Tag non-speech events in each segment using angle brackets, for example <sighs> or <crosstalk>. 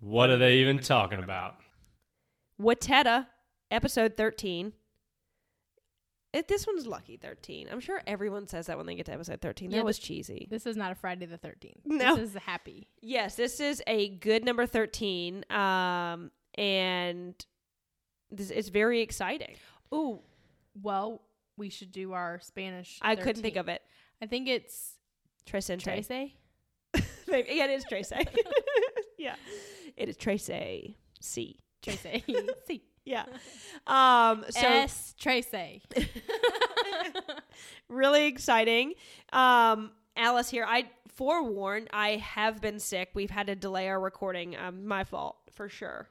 What are they even talking about? Wateta, episode 13. It, this one's lucky 13. I'm sure everyone says that when they get to episode 13. Yeah, that was cheesy. This is not a Friday the 13th. <laughs> No. This is happy. Yes, this is a good number 13. Um, and this, it's very exciting. Ooh, well, we should do our Spanish. I couldn't think 13th. of it. I think it's Trescente. Trace. <laughs> Like, yeah, it is <laughs> Trace. <laughs> yeah, it is Trace C. Trace. <laughs> <laughs> C. Yeah. <laughs> Um, so S. Trace. <laughs> really exciting. Um, Alice here. I forewarned. I have been sick. We've had to delay our recording. Um, my fault for sure.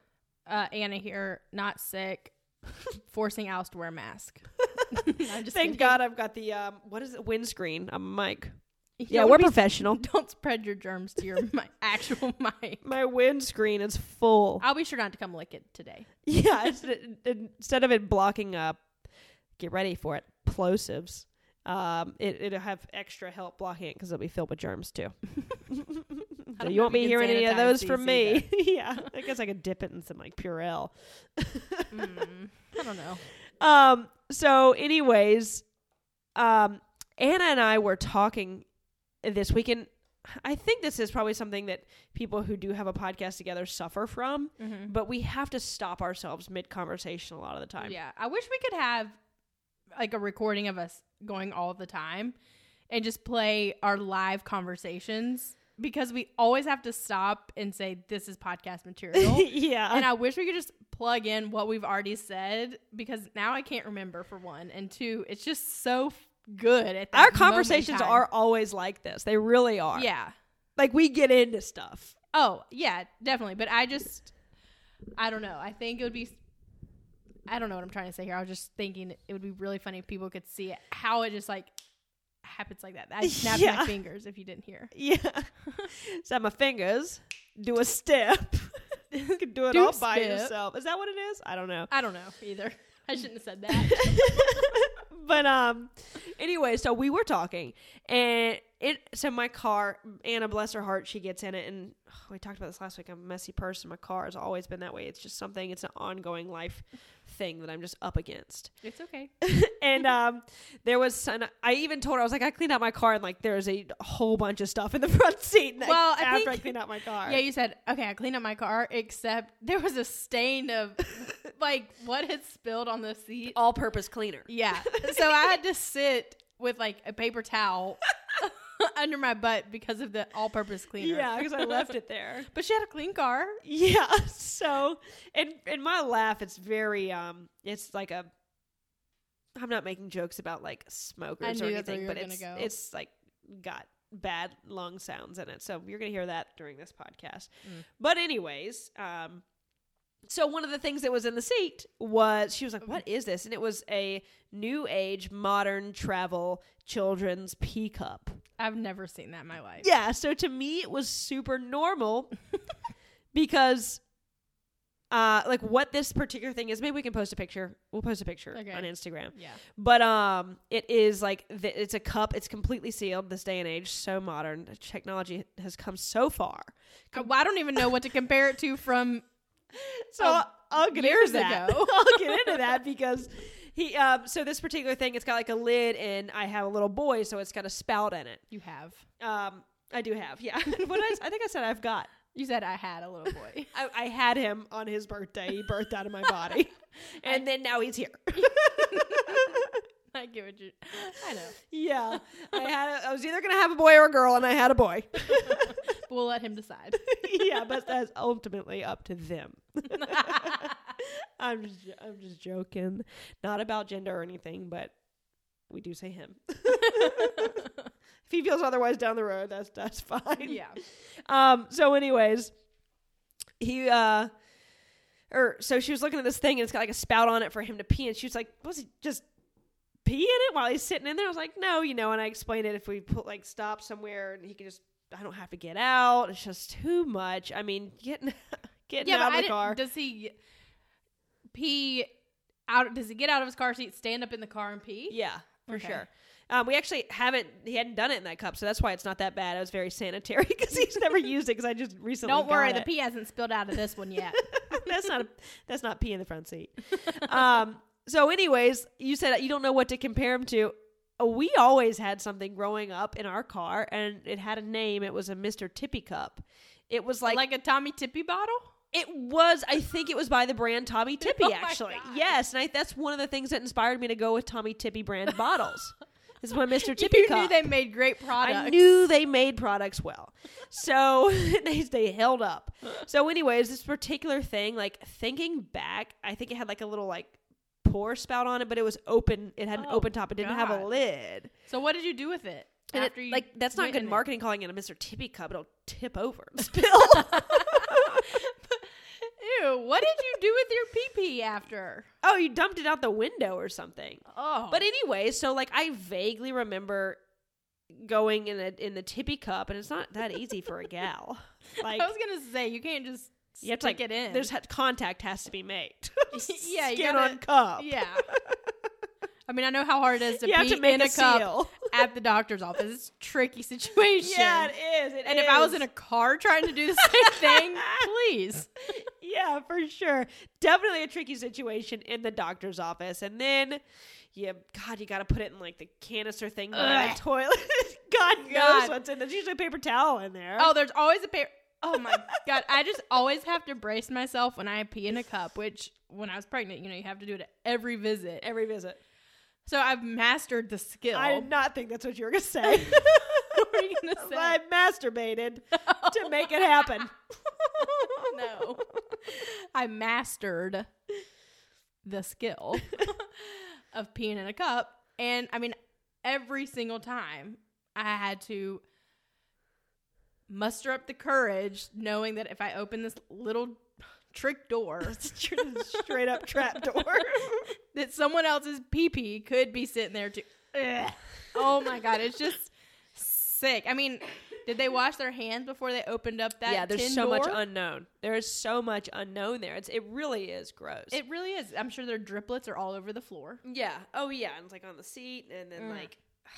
uh, Anna here, not sick, forcing Alice to wear <laughs> a mask. I'm just Thank kidding. <laughs> God I've got the um, what is it? Windscreen. A mic. You Yeah, don't we're be- professional. <laughs> Don't spread your germs to your mi- <laughs> actual mic. My windscreen is full. I'll be sure not to come lick it today. <laughs> yeah. It's, it- instead of it blocking up, get ready for it. Plosives. Um, it, it'll have extra help blocking it because it'll be filled with germs <laughs> too. <laughs> I So don't you know won't if be you can hearing any of sanitize those these from me. <laughs> yeah, I guess I could dip it in some like Purell. Mm, I don't know. Um. So, anyways, um, Anna and I were talking this weekend. I think this is probably something that people who do have a podcast together suffer from, Mm-hmm. but we have to stop ourselves mid conversation a lot of the <laughs> time. Yeah, I wish we could have like a recording of us going all the time and just play our live conversations because we always have to stop and say this is podcast <laughs> material. yeah. and I wish we could just plug in what we've already said because now I can't remember for one and two, it's just so f- good at that Our moment in conversations time. are always like this. They really are. yeah. Like we get into stuff. <laughs> Oh, yeah, definitely. But I just, I don't know. I think it would be, I don't know what I'm trying to say here. I was just thinking it would be really funny if people could see it, how it just like happens like that. <laughs> I snapped Yeah. my fingers if you didn't hear. Yeah. so my fingers do a <laughs> step. <laughs> you can do it Do all by step. yourself. Is that what it is? I don't know. I don't know either. <laughs> I shouldn't have said <laughs> that. but um anyway, so we were talking and it so my car, Anna bless her heart, she gets in it and ugh, we talked about this last week. I'm a messy person. My car has always been that way. It's just something, it's an ongoing life thing that I'm just up against. it's okay. and um there was an, I even told her I was like I cleaned out my car and like there's a whole bunch of stuff in the <laughs> front seat like, Well, I after I think- cleaned out my car. Yeah, you said, okay, I cleaned up my car, except there was a stain of <laughs> like what had spilled on the seat. all purpose cleaner. <laughs> Yeah. So I had to sit with like a paper towel <laughs> under my butt because of the all purpose cleaner. Yeah, because I left it there. But she had a clean car. Yeah. <laughs> So, and and my laugh, it's very um, it's like a. I'm not making jokes about like smokers or knew that's where anything, you but were gonna it's go. it's like got bad lung sounds in it, so you're gonna hear that during this podcast. Mm. But anyways, um. So one of the things that was in the seat was she was like, "What is this?" And it was a new age modern travel children's pee cup. I've never seen that in my life. Yeah, so to me it was super <laughs> normal because uh like what this particular thing is, maybe we can post a picture. We'll post a picture Okay. on Instagram. Yeah. But um it is like the, it's a cup, it's completely sealed this day and age, so modern. Technology has come so far. I, well, I don't even know what to compare it to from So I'll, I'll get into Oh, years that. ago. <laughs> I'll get into <laughs> that because he um so this particular thing it's got like a lid and I have a little boy so it's got a spout in it. you have. Um I do have. Yeah. <laughs> what did I, s- I think I said I've got You said I had a little <laughs> boy. I, I had him on his birthday. He birthed out of my body. <laughs> And then now <laughs> he's here. I get what you I know. <laughs> yeah. I had a, I was either going to have a boy or a girl and I had a boy. But we'll let him decide. <laughs> yeah, <laughs> but that's ultimately up to <laughs> them. I'm just, I'm just joking. Not about gender or anything, but we do say him. <laughs> if he feels otherwise down the road, that's that's fine. yeah. Um, so anyways, he uh or so she was looking at this thing and it's got like a spout on it for him to pee and she was like, Was he just pee in it while he's sitting in there? I was like, No, you know, and I explained it if we put like stop somewhere and he could just I don't have to get out. It's just too much. I mean, getting <laughs> getting Yeah, out but I of the didn't- car. does he pee out does he get out of his car seat, stand up in the car and pee? yeah, for Okay. sure. Um, we actually haven't. He hadn't done it in that cup, so that's why it's not that bad. It was very sanitary <laughs> because he's never used it. Because I just recently Don't worry, got the it. pee hasn't spilled out of this one yet. that's not a, that's not pee in the front seat. Um, so, anyways, you said you don't know what to compare him to. Uh, We always had something growing up in our car, and it had a name. It was a Mister Tippy Cup. It was <laughs> like, like a Tommy Tippy bottle? it was. I think it was by the brand Tommy Tippy. <laughs> Oh my actually, God. yes, and I, that's one of the things that inspired me to go with Tommy Tippy brand <laughs> bottles. This is my Mister Tippy you Cup. knew they made great products. I knew they made products well. So <laughs> they, they held up. So, anyways, this particular thing, like thinking back, I think it had like a little like pour spout on it, but it was open. It had an Oh, open top. It didn't have a God. lid. So what did you do with it? And it- after you like that's not went good in it? marketing calling it a Mr. Tippy cup. It'll tip over <laughs> and spill. <laughs> Ew, what did you do with your pee pee after? oh, you dumped it out the window or something. Oh. But anyway, so like I vaguely remember going in a in the tippy cup, and it's not that easy for a <laughs> gal. Like I was going to say, you can't just You have to stick like, it in. There's ha- contact has to be <laughs> made. Yeah, you skin gotta- on cup. <laughs> yeah. I mean, I know how hard it is to you have pee to make in a, a, <laughs> cup seal. <laughs> at the doctor's office. It's a tricky situation. Yeah, it is. It and if I was is. in a car trying to do the same thing, please. <laughs> yeah, for sure, definitely a tricky situation in the doctor's office, and then. Yeah, God, you got to put it in like the canister thing by Ugh. the toilet. <laughs> God knows God. what's in. There's usually a paper towel in there. Oh, there's always a paper. Oh my god! I just always have to brace myself when I pee in a cup. Which, when I was pregnant, you know, you have to do it at every visit. every visit. So I've mastered the skill. I did not think that's what <laughs> you were gonna say. what were you <laughs> gonna say? I <laughs> masturbated to make it happen. <laughs> <laughs> no. I mastered <laughs> the skill of peeing in a cup. And I mean, every single time I had to muster up the courage knowing that if I open this little <laughs> trick door, Straight up trap <laughs> door. that someone else's pee pee could be sitting there too. Ugh. Oh my God. It's just sick. I mean, did they wash their hands before they opened up that? yeah, there's tin so much door? unknown. There is so much unknown there. It's it really is gross. It really is. I'm sure their driplets are all over the floor. yeah. Oh yeah. And it's like on the seat, and then Mm. like. <sighs>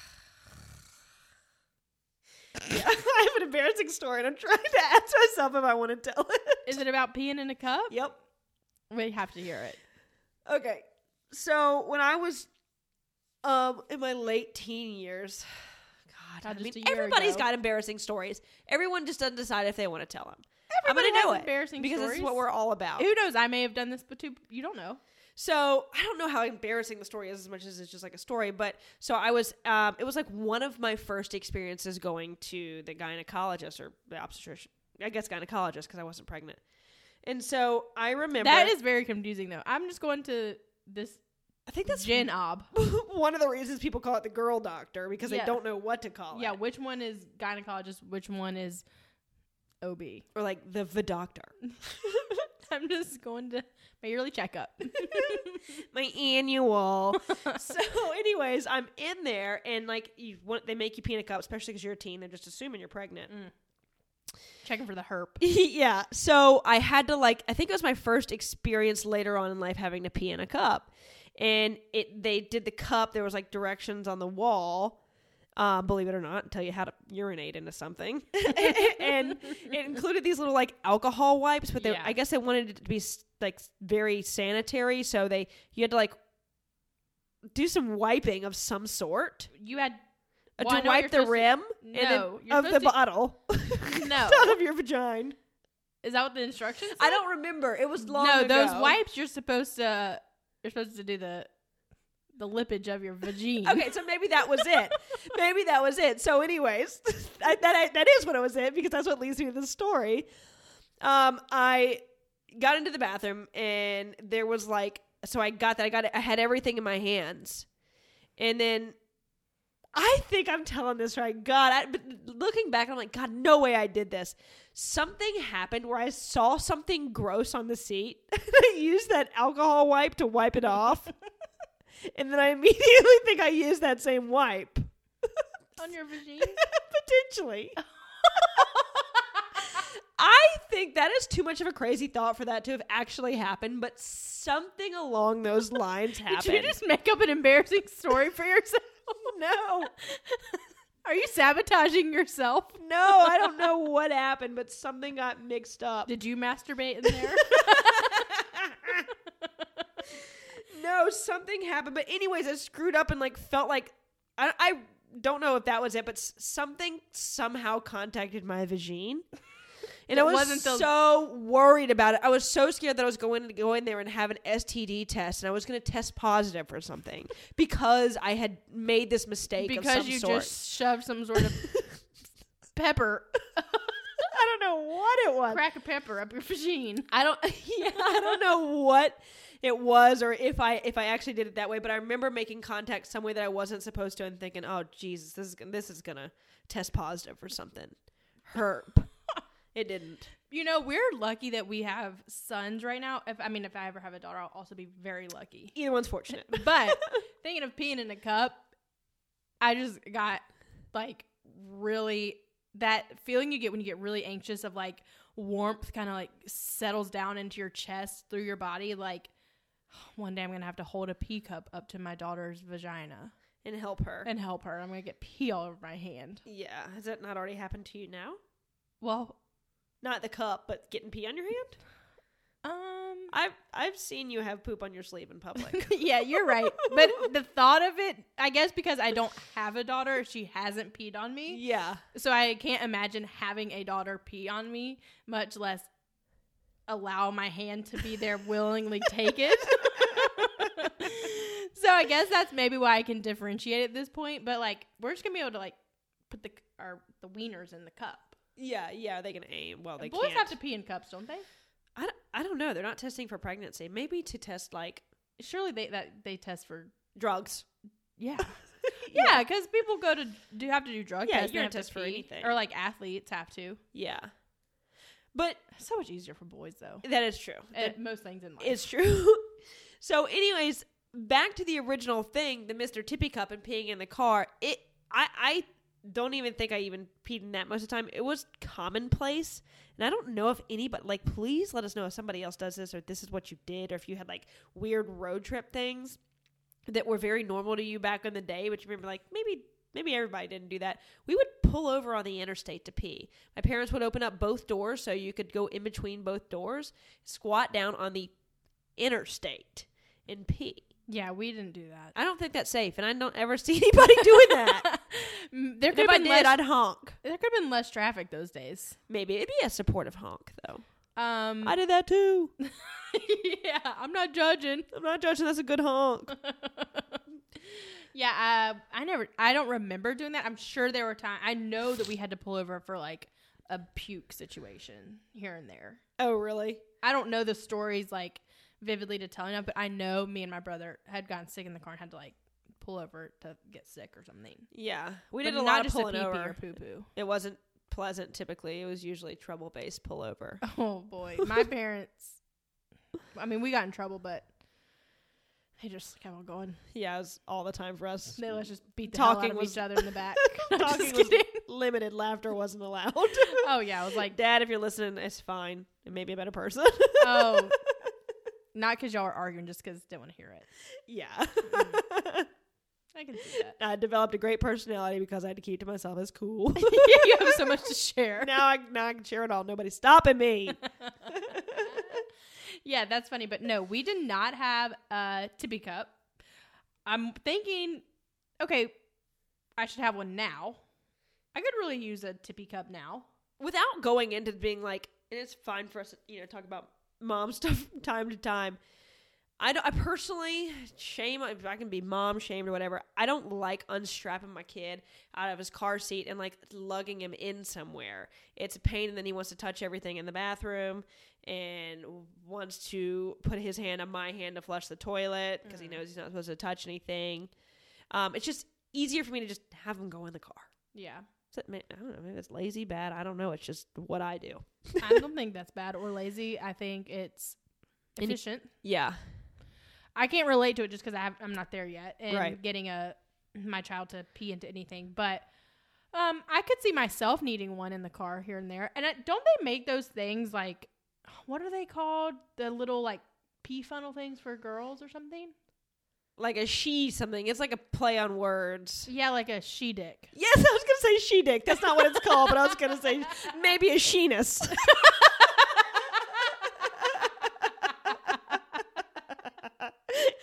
Yeah, <laughs> I have an embarrassing story, and I'm trying to ask myself if I want to tell it. <laughs> Is it about peeing in a cup? Yep. We have to hear it. Okay. So when I was, um, in my late teen years, God, God, I mean, just a year everybody's ago. got embarrassing stories. Everyone just doesn't decide if they want to tell them. I'm Everybody gonna know has it embarrassing because this is stories. what we're all about. Who knows? I may have done this, but too, you don't know. So I don't know how embarrassing the story is as much as it's just like a story, but so I was, um, it was like one of my first experiences going to the gynecologist or the obstetrician, I guess gynecologist because I wasn't pregnant. And so I remember That is very confusing, though. I'm just going to this I think that's gin ob. <laughs> one of the reasons people call it the girl doctor because Yeah. they don't know what to call Yeah, it, which one is gynecologist? Which one is OB? <laughs> or like the the doctor. I'm just going to my yearly checkup. <laughs> my <laughs> annual. so, anyways, I'm in there, and like you want, they make you pee in a cup, especially because you're a teen. They're just assuming you're pregnant. Checking for the <laughs> herp. yeah. So I had to like I think it was my first experience later on in life having to pee in a cup, and it they did the cup. There was like directions on the wall. Uh, believe it or not, tell you how to urinate into something, <laughs> and it included these little like alcohol wipes. But they, Yeah. I guess they wanted it to be s- like s- very sanitary, so they you had to like do some wiping of some sort You had Uh, Well, I to know wipe you're the supposed to- rim and then- no. You're of the supposed to- bottle <laughs> No. out of your vagina. is that what the instructions? I said? don't remember. It was long no, those ago. wipes you're supposed to you're supposed to do the the lippage of your vagina. <laughs> Okay, so maybe that was it. maybe that was it. So, anyways, <laughs> I, that I, that is what it was it because that's what leads me to the story. Um, I got into the bathroom and there was like, so I got that. I got it. I had everything in my hands, and then I think I'm telling this right. God, I, but looking back, I'm like, God, no way I did this. Something happened where I saw something gross on the seat. <laughs> I used that alcohol wipe to wipe it off. And then I <laughs> immediately think I used that same wipe. <laughs> on your vagina. Potentially. <laughs> I think that is too much of a crazy thought for that to have actually happened, but something along those lines happened. <laughs> <laughs> Did you just make up an embarrassing story for yourself? no, Are you sabotaging yourself? no, I don't know what happened, but something got mixed up. Did you masturbate in there? <laughs> no, something happened. But anyways, I screwed up and like felt like I, I don't know if that was it, but s- something somehow contacted my vagine. And I It was wasn't the- so worried about it. I was so scared that I was going to go in there and have an STD test, and I was going to test positive for something because I had made this mistake. of because some you sort. just shoved some sort <laughs> of pepper, I don't know what it was. crack a pepper up your vagine. I <laughs> don't yeah, <laughs> I don't know what it was or if I if I actually did it that way, but I remember making contact some way that I wasn't supposed to and thinking, "Oh Jesus, this is gon- this is going to test positive for something." Herp. <laughs> it didn't. You know, we're lucky that we have sons right now. If I mean, if I ever have a daughter, I'll also be very lucky. Either one's fortunate. <laughs> But thinking of peeing in a cup, I just got like really that feeling you get when you get really anxious of like warmth kind of like settles down into your chest through your body. Like one day I'm gonna have to hold a pee cup up to my daughter's vagina and help her. and help her. I'm gonna get pee all over my hand. yeah, has that not already happened to you now? Well, Not the cup, but getting pee on your hand? um, <laughs> I've I've seen you have poop on your sleeve in public. yeah, you're right. But the thought of it, I guess, because I don't have a daughter, she hasn't peed on me. yeah. So I can't imagine having a daughter pee on me, much less allow my hand to be there willingly take it. <laughs> so I guess that's maybe why I can differentiate at this point. But like, we're just gonna be able to like put the our the wieners in the cup. Yeah, yeah, they can aim. Well, they Boys can't. have to pee in cups, don't they? I, don't- I don't know. They're not testing for pregnancy. Maybe to test like Surely they that they test for drugs. <laughs> yeah. Yeah, because people go to do have to do drug Yeah, tests. urine and they have test to for pee. anything. or like athletes have to. Yeah. But So much easier for boys though. that is true. At most things in life. It's true. <laughs> so, anyways, back to the original thing, the Mr. Tippy cup and peeing in the car. It I I don't even think I even peed in that most of the time. It was commonplace. And I don't know if anybody like please let us know if somebody else does this or this is what you did or if you had like weird road trip things that were very normal to you back in the day, but you remember like maybe maybe everybody didn't do that. We would pull over on the interstate to pee. My parents would open up both doors so you could go in between both doors, squat down on the interstate and pee. yeah, we didn't do that. I don't think that's safe, and I don't ever <laughs> see anybody doing that. <laughs> Mm, there And could if have I been did, less. I'd honk. there could have been less traffic those days. Maybe it'd be a supportive honk, though. <laughs> Um, I did that too. yeah, I'm not judging. I'm not judging. That's a good honk. <laughs> yeah, uh, I never. I don't remember doing that. I'm sure there were times. I know that we had to pull over for like a puke situation here and there. Oh, really? I don't know the stories like vividly to tell enough, but I know me and my brother had gotten sick in the car and had to like pull over to get sick or something. Yeah, we But did a not lot of just a pulling pee-pee over. or poo poo. It wasn't pleasant. Typically, it was usually trouble-based <laughs> pullover. Oh boy, my parents. I mean, we got in trouble, but they just kept on going. Yeah, it was all the time for <laughs> us. They let's just beat the Talking hell out of was- each other in the <laughs> back. I'm just Talking was kidding. limited. Laughter wasn't <laughs> allowed. Oh yeah, I was like, like, Dad, if you're listening, it's fine. It may be a better person. oh, not because y'all were arguing, just because didn't want to hear it. <laughs> yeah. Mm. <laughs> I can see <laughs> that. I developed a great personality because I had to keep to myself as cool. <laughs> yeah, you have so much to share. now I now I can share it all. Nobody's stopping me. <laughs> Yeah, that's funny, but no, we did not have a tippy cup. I'm thinking, okay, I should have one now. I could really use a tippy cup now. Without going into being like, and it's fine for us, to, you know, talk about mom <laughs> stuff from time to time. I don't. I personally shame if I can be mom shamed or whatever. I don't like unstrapping my kid out of his car seat and like lugging him in somewhere. It's a pain, and then he wants to touch everything in the bathroom and wants to put his hand on my hand to flush the toilet because he knows he's not supposed to touch anything. Um, it's just easier for me to just have him go in the car. Yeah, So, ma- I don't know. Maybe it's lazy, bad. I don't know. It's just what I do. I <laughs> don't think that's bad or lazy. I think it's And- efficient. Yeah. I can't relate to it just because I'm not there yet and Right. getting a my child to pee into anything. But um, I could see myself needing one in the car here and there. And I, don't they make those things like what are they called? The little like pee funnel things for girls or something? like a she something. It's like a play on <laughs> words. Yeah, like a she dick. Yes, I was gonna say she dick. That's not what it's called, but I was gonna <laughs> say maybe a sheenus.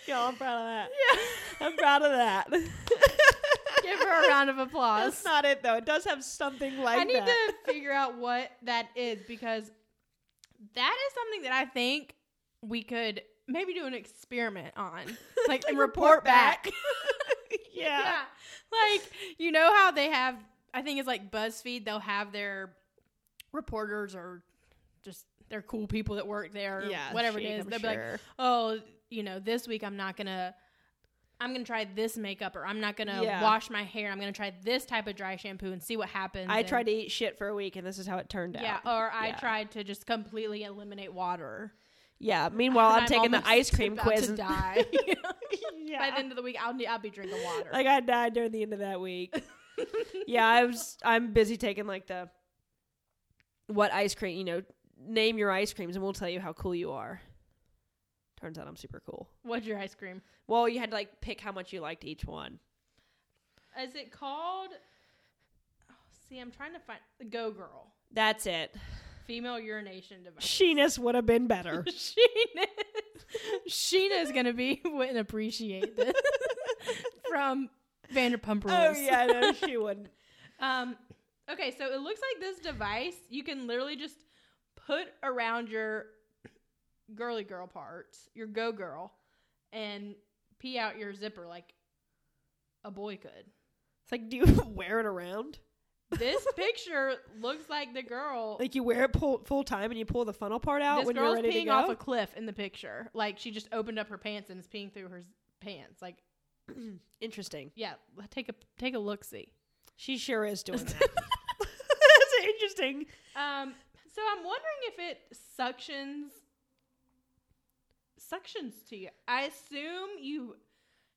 Y'all, I'm proud of that. <laughs> Yeah, I'm proud of that. Give her a round of applause. That's not it though. It does have something like I need that. <laughs> to figure out what that is because that is something that I think we could maybe do an experiment on, <laughs> like, and report, back. yeah. yeah, like you know how they have. I think it's like BuzzFeed. They'll have their reporters or just their cool people that work there. or whatever it chic, is. I'm They'll be like, sure. oh, you know, this week I'm not gonna. I'm gonna try this makeup, or I'm not gonna Yeah. wash my hair. I'm gonna try this type of dry shampoo and see what happens. I and- tried to eat shit for a week, and this is how it turned yeah, out. or I Yeah. tried to just completely eliminate water. Yeah. <laughs> Meanwhile, I'm, taking the almost ice cream about quiz. To and- die. <laughs> <laughs> yeah. By the end of the week, I'll need, I'll be drinking water. <laughs> like I died during the end of that <laughs> week. yeah, I was. I'm busy taking like the what ice cream. You know, name your ice creams, and we'll tell you how cool you are. Turns out I'm super cool. What's your ice cream? Well, you had to like pick how much you liked each one. Is it called? Oh, see, I'm trying to find the Go Girl That's it. female urination device. Sheenus would have been <laughs> <laughs> better. Sheena, Sheena is gonna be <laughs> wouldn't appreciate this from Vanderpump oh Rules. yeah, no, <laughs> she wouldn't. Um, okay, so it looks like this device you can literally just put around your girly girl parts, your go girl, and pee out your zipper like a boy could. It's like, do you <laughs> wear it around? <laughs> This picture looks like the girl. Like you wear it pull, full time, and you pull the funnel part out this when you're girl's ready to peeing go. off a cliff in the picture. Like she just opened up her pants and is peeing through her s- pants. Like, Interesting. yeah, take a take a look see. She sure is doing that. That's interesting. Um, so I'm wondering if it suctions suctions to you. I assume you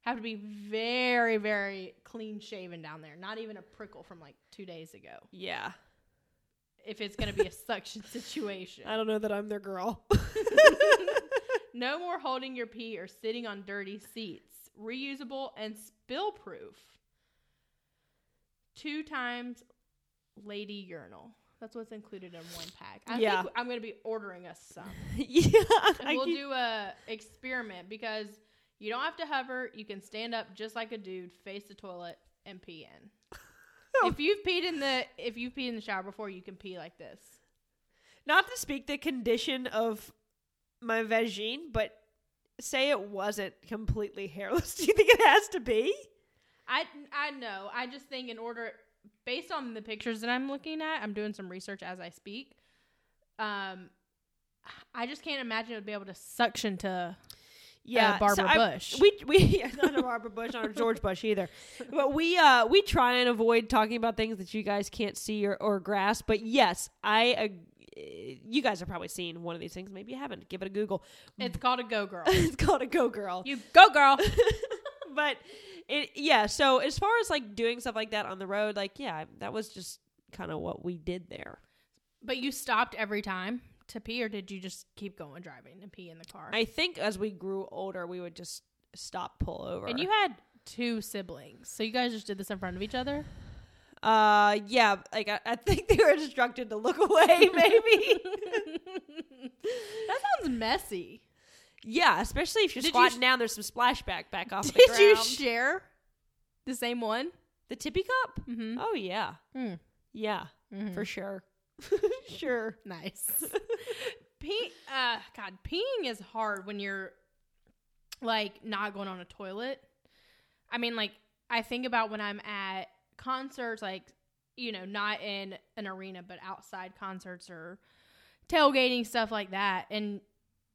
have to be very, very clean shaven down there. Not even a prickle from like two days ago. Yeah. If it's gonna <laughs> be a suction situation. I don't know that I'm their girl. <laughs> No more holding your pee or sitting on dirty seats. Reusable and spill proof. Two times lady urinal. That's what's included in one pack. I Yeah. think I'm going to be ordering us some. yeah, And I we'll keep- do a experiment because you don't have to hover. You can stand up just like a dude, face the toilet, and pee <laughs> in. If you've peed in the if you've peed in the shower before, you can pee like this. not to speak the condition of my vagine, but say it wasn't completely hairless. <laughs> Do you think it has to be? I I know. I just think in order based on the pictures that I'm looking at, I'm doing some research as I speak. Um I just can't imagine it would be able to suction to uh, Barbara so I- Bush. We we <laughs> yeah, not a Barbara Bush, not a George Bush either. But we uh we try and avoid talking about things that you guys can't see or, or grasp. But yes, I. ag- you guys have probably seen one of these things. Maybe you haven't. Give it a Google. <laughs> it's called a go girl. <laughs> it's called a Go Girl. You go girl. but it yeah so as far as like doing stuff like that on the road like yeah that was just kind of what we did there But you stopped every time to pee or did you just keep going driving and pee in the car? i think as we grew older we would just stop pull over and you had two siblings. So you guys just did this in front of each other? uh yeah like I, I think <laughs> they were instructed to look away <laughs> maybe that sounds <laughs> messy. yeah especially if you're Did you squatting sh- down there's some splashback back <laughs> off the Did ground you share the same one? the tippy cup Mhm. oh yeah Hmm. yeah for sure Mm-hmm. <laughs> sure Nice. <laughs> Pee, uh, God, peeing is hard when you're like not going on a toilet. I mean, like I think about when I'm at concerts, like you know, not in an arena, but outside concerts or tailgating stuff like that, and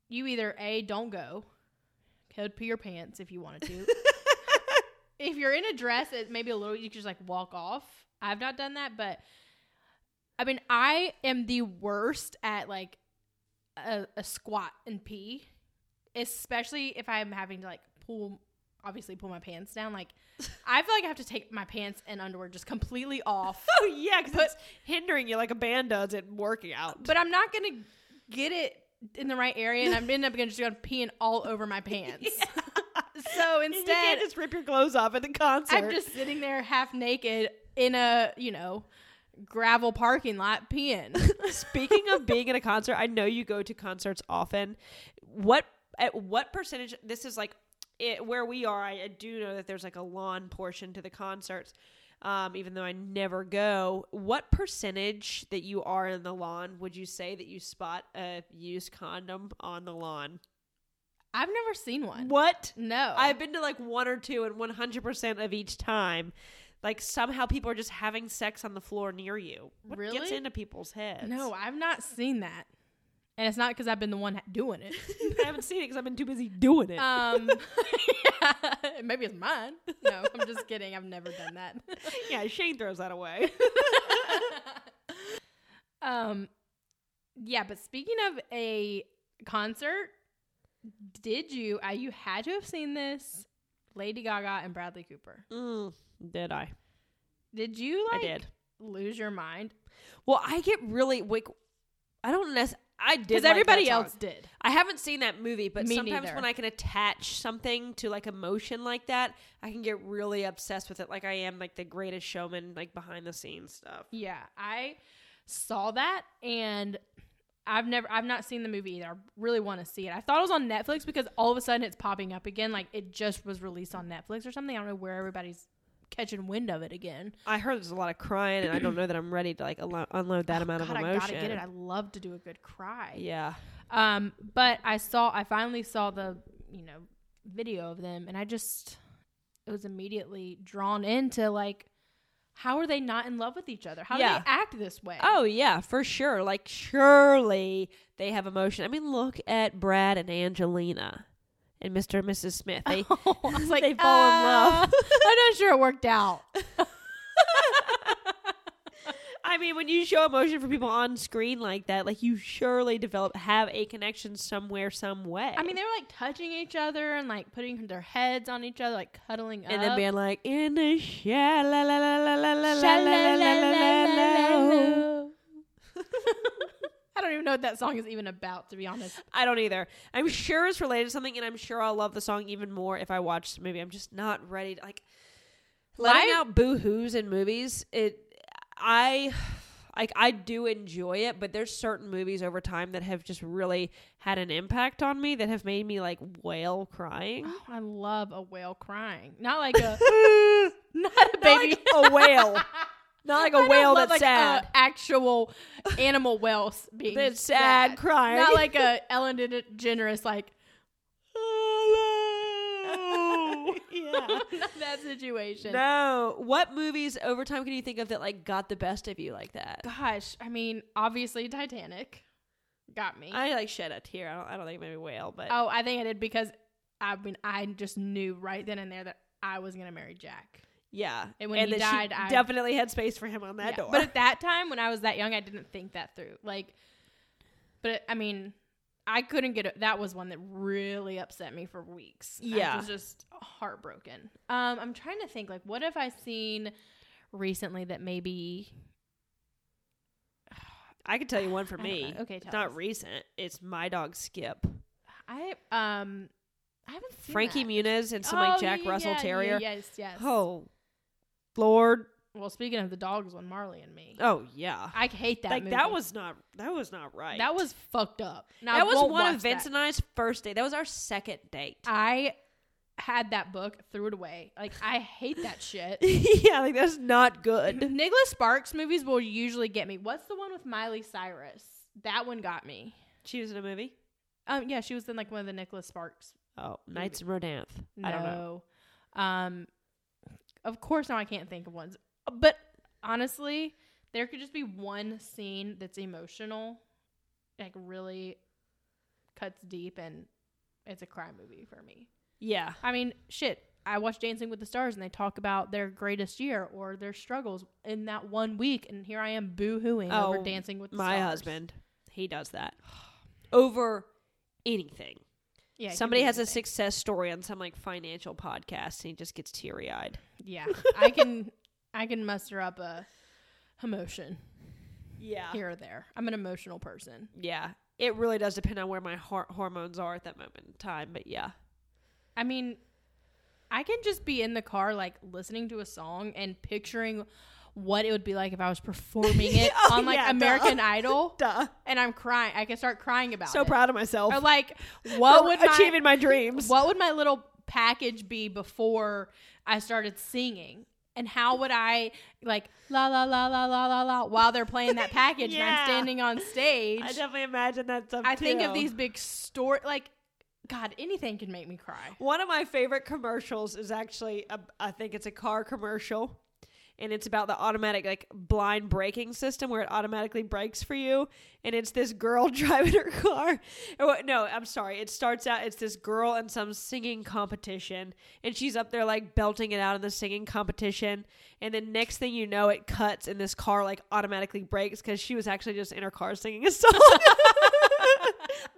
you either a don't go, could pee your pants if you wanted to. if you're in a dress, it maybe a little. You could just like walk off. I've not done that, but I mean, I am the worst at like a, a squat and pee, especially if I'm having to like pull, obviously pull my pants <laughs> down. Like, I feel like I have to take my pants and underwear just completely off. oh yeah because it's hindering you like a band does at working out But I'm not gonna <laughs> get it in the right area, and I'm end up gonna just going peeing all over my pants. So you can't instead, just rip your clothes off at the concert. I'm just sitting there half naked in a, you know, gravel parking lot <laughs> peeing. Speaking of being at a concert, I know you go to concerts often. What at what percentage? This is like it, where we are. I, I do know that there's like a lawn portion to the concerts, um, even though I never go. What percentage that you are in the lawn would you say that you spot a used condom on the lawn? I've never seen one. What? No. I've been to like one or two and 100% of each time. Like somehow people are just having sex on the floor near you. What gets Really? into people's heads? No, I've not seen that. And it's not because I've been the one ha- doing <laughs> it. I haven't seen it because I've been too busy doing it. Um, <laughs> maybe it's mine. No, I'm just kidding. I've never done that. <laughs> yeah, Shane throws that away. <laughs> um, yeah, but speaking of a concert, did you? I, you had to have seen this. Lady Gaga and Bradley Cooper. mm, did I? Did you like I did. lose your mind? Well, I get really wick. I don't necessarily. I did Because like everybody that song. else did. I haven't seen that movie, but Me sometimes neither. when I can attach something to like emotion like that, I can get really obsessed with it. Like I am like the greatest showman, like behind the scenes stuff. Yeah, I saw that and I've never I've not seen the movie either. I really want to see it. I thought it was on Netflix because all of a sudden it's popping up again like it just was released on Netflix or something. I don't know where everybody's catching wind of it again. I heard there's a lot of crying, and I don't know that I'm ready to like alo- unload that amount God, of I emotion. got to get it. I love to do a good cry. yeah, Um but I saw I finally saw the, you know, video of them and I just it was immediately drawn into like how are they not in love with each other? How do Yeah. they act this way? Oh yeah, for sure. Like surely they have emotion. I mean, look at Brad and Angelina and Mr. and Mrs. Smith. They <laughs> I was like, they fall in love. uh, <laughs> I'm not sure it worked out. I mean, when you show emotion for people on screen like that, like you surely develop have a connection somewhere, some way. I mean, they were like touching each other and like putting their heads on each other, like cuddling up. and then being like in the sha la la la la la la la la la la la la. Sha-la-la-la-la-la-la. I don't even know what that song is even about, to be honest. <laughs> I don't either. I'm sure it's related to something, and I'm sure I'll love the song even more if I watch the movie. I'm just not ready to like letting Live- out boo hoos in movies. It, I, like, I do enjoy it, but there's certain movies over time that have just really had an impact on me that have made me like wail <gasps> crying. <laughs> I love a whale crying, not like a <laughs> not a Not <laughs> baby. like a whale, not like I a don't whale love, that's sad. A actual animal whale s- being That's sad crying. Not like <laughs> a Ellen DeGeneres like <laughs> <laughs> yeah. <laughs> not that situation. No. What movies over time can you think of that like got the best of you like that? Gosh, I mean, obviously Titanic got me. I like shed a tear. I don't, I don't think maybe whale, but oh, I think I did because I mean, I just knew right then and there that I was gonna marry Jack. yeah. and when he that she died, I- definitely had space for him on that Yeah, door. But at that time, when I was that young, I didn't think that through. Like, but I mean, I couldn't get it. That was one that really upset me for weeks. I Yeah. was just heartbroken. Um, I'm trying to think. Like, what have I seen recently that maybe? I can tell you one for I don't me. know. Okay, it's tell not us. recent. It's my dog Skip, I um, I haven't seen Frankie that. Muniz, and some Oh, like Jack yeah, Russell yeah, Terrier. Yes, yes. Oh, Lord. Well, speaking of the dogs on Marley and Me, Oh yeah. I hate that. like movie. that was not that was not right. that was fucked up. Now, I that was won't one of watch Vince that. Uh, and I's first date. That was our second date. I had that book, threw it away. Like I hate that <laughs> shit. <laughs> yeah, like that's not <clears throat> good. Nicholas Sparks movies will usually get me. What's the one with Miley Cyrus? That one got me. She was in a movie. Um, yeah, she was in like one of the Nicholas Sparks. Oh, Knights in Rodanth. No. I don't know. Um, of course, now I can't think of ones. But honestly, there could just be one scene that's emotional, like really cuts deep, and it's a crime movie for me. Yeah. I mean, shit. I watch Dancing with the Stars and they talk about their greatest year or their struggles in that one week, and here I am boo hooing over Oh, Dancing with the my Stars. husband he does that <sighs> over anything Yeah, it somebody can be has a anything. success story on some like financial podcast and he just gets teary-eyed Yeah, I can, I can muster up a emotion yeah here or there. I'm an emotional person. yeah it really does depend on where my hor- hormones are at that moment in time but yeah I mean, I can just be in the car like listening to a song and picturing what it would be like if I <laughs> was performing it Oh, on like yeah, duh. American Idol Duh. and I'm crying. I can start crying about So it. proud of myself. Or like what for would my, achieving my, dreams. what would my little package be before I started singing? And how would I like la la la la la la la while they're playing that package <laughs> and Yeah. I'm standing on stage? I definitely imagine that stuff. I think of too. these big story like God, anything can make me cry. One of my favorite commercials is actually, a, I think it's a car commercial, and it's about the automatic like blind braking system where it automatically brakes for you. And it's this girl <laughs> driving her car. Oh, wait, No, I'm sorry. It starts out it's this girl in some singing competition, and she's up there like belting it out in the singing competition. And then next thing you know, it cuts, and this car like automatically brakes because she was actually just in her car singing a <laughs> song.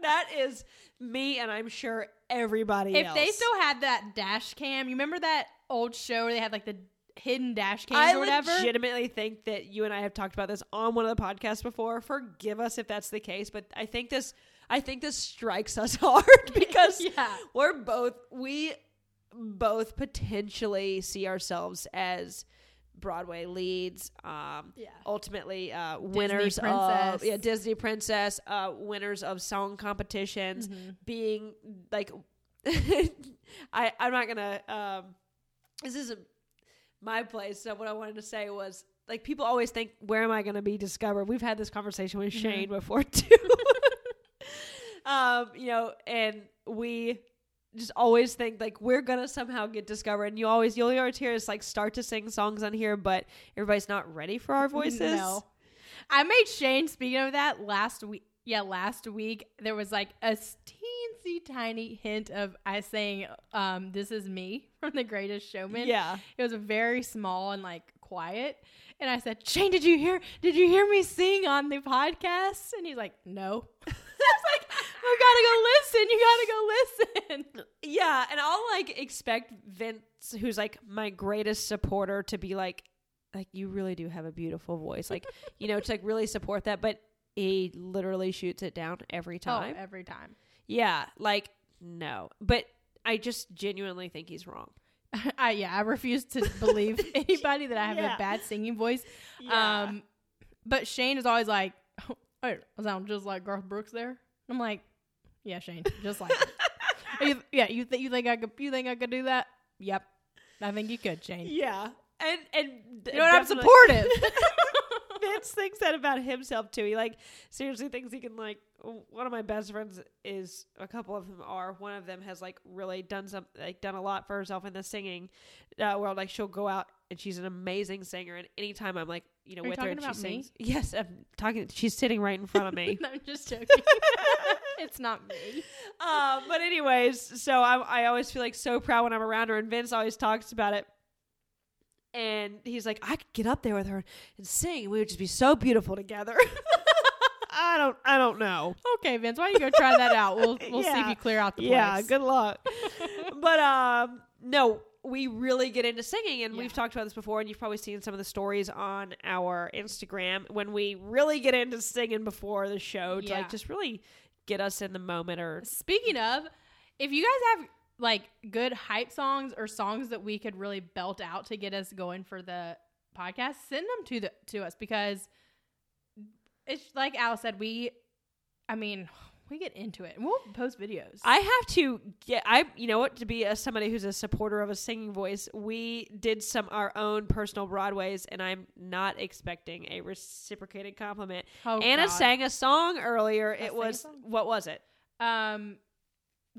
that is me, and I'm sure everybody If else. they still had that dash cam, you remember that old show where they had like the hidden dash cams I or whatever? legitimately think that you and I have talked about this on one of the podcasts before. Forgive us if that's the case, but I think this I think this strikes us <laughs> <laughs> hard because Yeah. we're both we both potentially see ourselves as Broadway leads, um, Yeah. ultimately uh, winners princess. of yeah Disney princess, uh, winners of song competitions, Mm-hmm. being like <laughs> I I'm not gonna um, this isn't my place. So what I wanted to say was like people always think where am I going to be discovered? We've had this conversation with Shane before too. um, you know, and we just always think like we're gonna somehow get discovered and you always you'll always hear us like start to sing songs on here but everybody's not ready for our voices No. I made Shane, speaking of that, last week. Yeah, last week there was like a teensy tiny hint of I saying, um, This is me <laughs> from The Greatest Showman. yeah It was very small and like quiet. And I said, Shane, did you hear did you hear me sing on the podcast? And he's like, No. <laughs> I was like, We gotta go listen. You gotta go listen. yeah and i'll like expect vince who's like my greatest supporter to be like like you really do have a beautiful voice <laughs> like you know to like really support that but he literally shoots it down every time Oh, every time. <laughs> yeah like no but i just genuinely think he's wrong I yeah, I refuse to <laughs> believe anybody that I have Yeah. a bad singing voice. Yeah. Um but Shane is always like, <laughs> oh, I sound just like Garth Brooks there. I'm like, Yeah, Shane, just like <laughs> it." you, yeah, you think you think I could you think I could do that? Yep. I think you could, Shane. <laughs> yeah and and You know what? I'm definitely- supportive. Vince thinks that about himself too. He like seriously thinks he can like. One of my best friends is a couple of them are. One of them has like really done some like done a lot for herself in the singing uh, world. Like she'll go out and she's an amazing singer. And anytime I'm like you know Are you with her and talking she about me? sings, yes, I'm talking. She's sitting right in front of <laughs> me. <laughs> <laughs> No, I'm just joking. it's not me. um, but anyways, so I, I always feel like so proud when I'm around her, and Vince always talks about it. And he's like, I could get up there with her and sing. We would just be so beautiful together. <laughs> I don't, I don't know. Okay, Vince, why don't you go try that out? We'll we'll see if Yeah. you clear out the Yeah, place. good luck. <laughs> but um, no, we really get into singing, and we've Yeah. talked about this before, and you've probably seen some of the stories on our Instagram when we really get into singing before the show to Yeah. like just really get us in the moment or Speaking of, if you guys have like good hype songs or songs that we could really belt out to get us going for the podcast, send them to the to us because it's like Al said, we I mean, we get into it and we'll post videos. I have to get I you know what to be a somebody who's a supporter of a singing voice. We did some our own personal broadways and I'm not expecting a reciprocated compliment. oh, Anna God. sang a song earlier. sang it a was song. what was it? um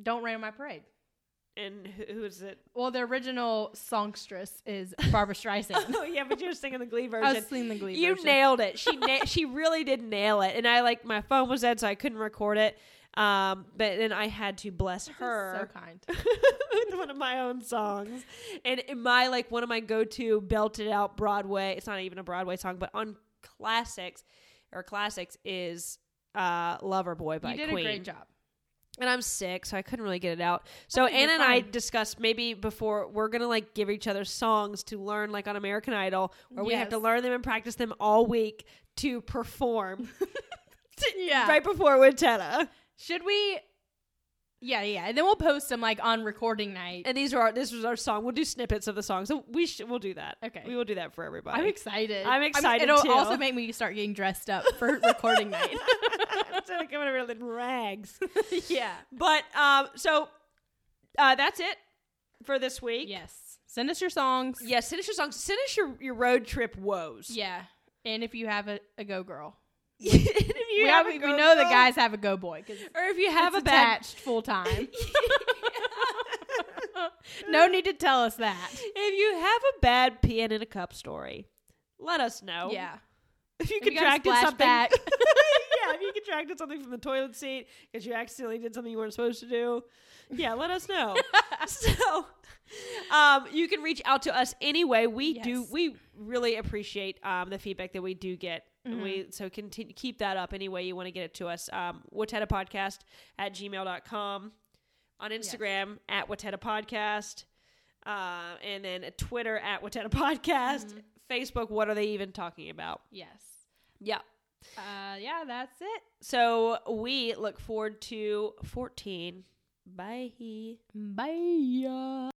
Don't Rain on My Parade. And who, who is it? Well, the original songstress is <laughs> Barbara Streisand. <laughs> Oh yeah, but you were singing the Glee I version. was singing the Glee you version. nailed it. <laughs> She na- she really did nail it. And I like my phone was dead so I couldn't record it. Um but then I had to bless her. So kind. with <laughs> one of my own songs. And in my like one of my go to belted out Broadway it's not even a Broadway song, but on classics or classics is uh Lover Boy by you did Queen. a <laughs> great job. And I'm sick, so I couldn't really get it out. So think you're Anna and I fine. discussed maybe before we're gonna like give each other songs to learn like on American Idol where we have to Yes. learn them and practice them all week to perform yeah. <laughs> right before Winchetta. Should we? Yeah, yeah. And then we'll post them like on recording night. And these are our, this was our song. We'll do snippets of the song. So we sh- we'll do that. Okay. We will do that for everybody. I'm excited. I'm excited, it'll too. also make me start getting dressed up <laughs> for recording night. <laughs> It's like I'm gonna reel in rags. yeah. But um, so uh, that's it for this week. Yes. Send us your songs. Yeah, send us your songs. Send us your, your road trip woes. Yeah. And if you have a, a go girl, And <laughs> if you we, have have, a we go know the girl, guys have a go boy because or if you have a bad attached <laughs> full time. <laughs> no need to tell us that. if you have a bad peeing in a cup story, let us know. Yeah. If you If you got a contracted something. <laughs> splashback. <laughs> yeah, if you contracted something from the toilet seat because you accidentally did something you weren't supposed to do. Yeah, let us <laughs> know. <laughs> so um, you can reach out to us anyway. We do Yes. we really appreciate um, the feedback that we do get. Mm-hmm. We so continue keep that up any way you want to get it to us. Um Watetta Podcast at gmail.com on Instagram at Watetta Podcast. Uh, and then a Twitter at Watetta Podcast. Mm-hmm. Facebook, what are they even talking about? Yes. Yeah. Uh, yeah, that's it. So we look forward to 14. Bye. Bye.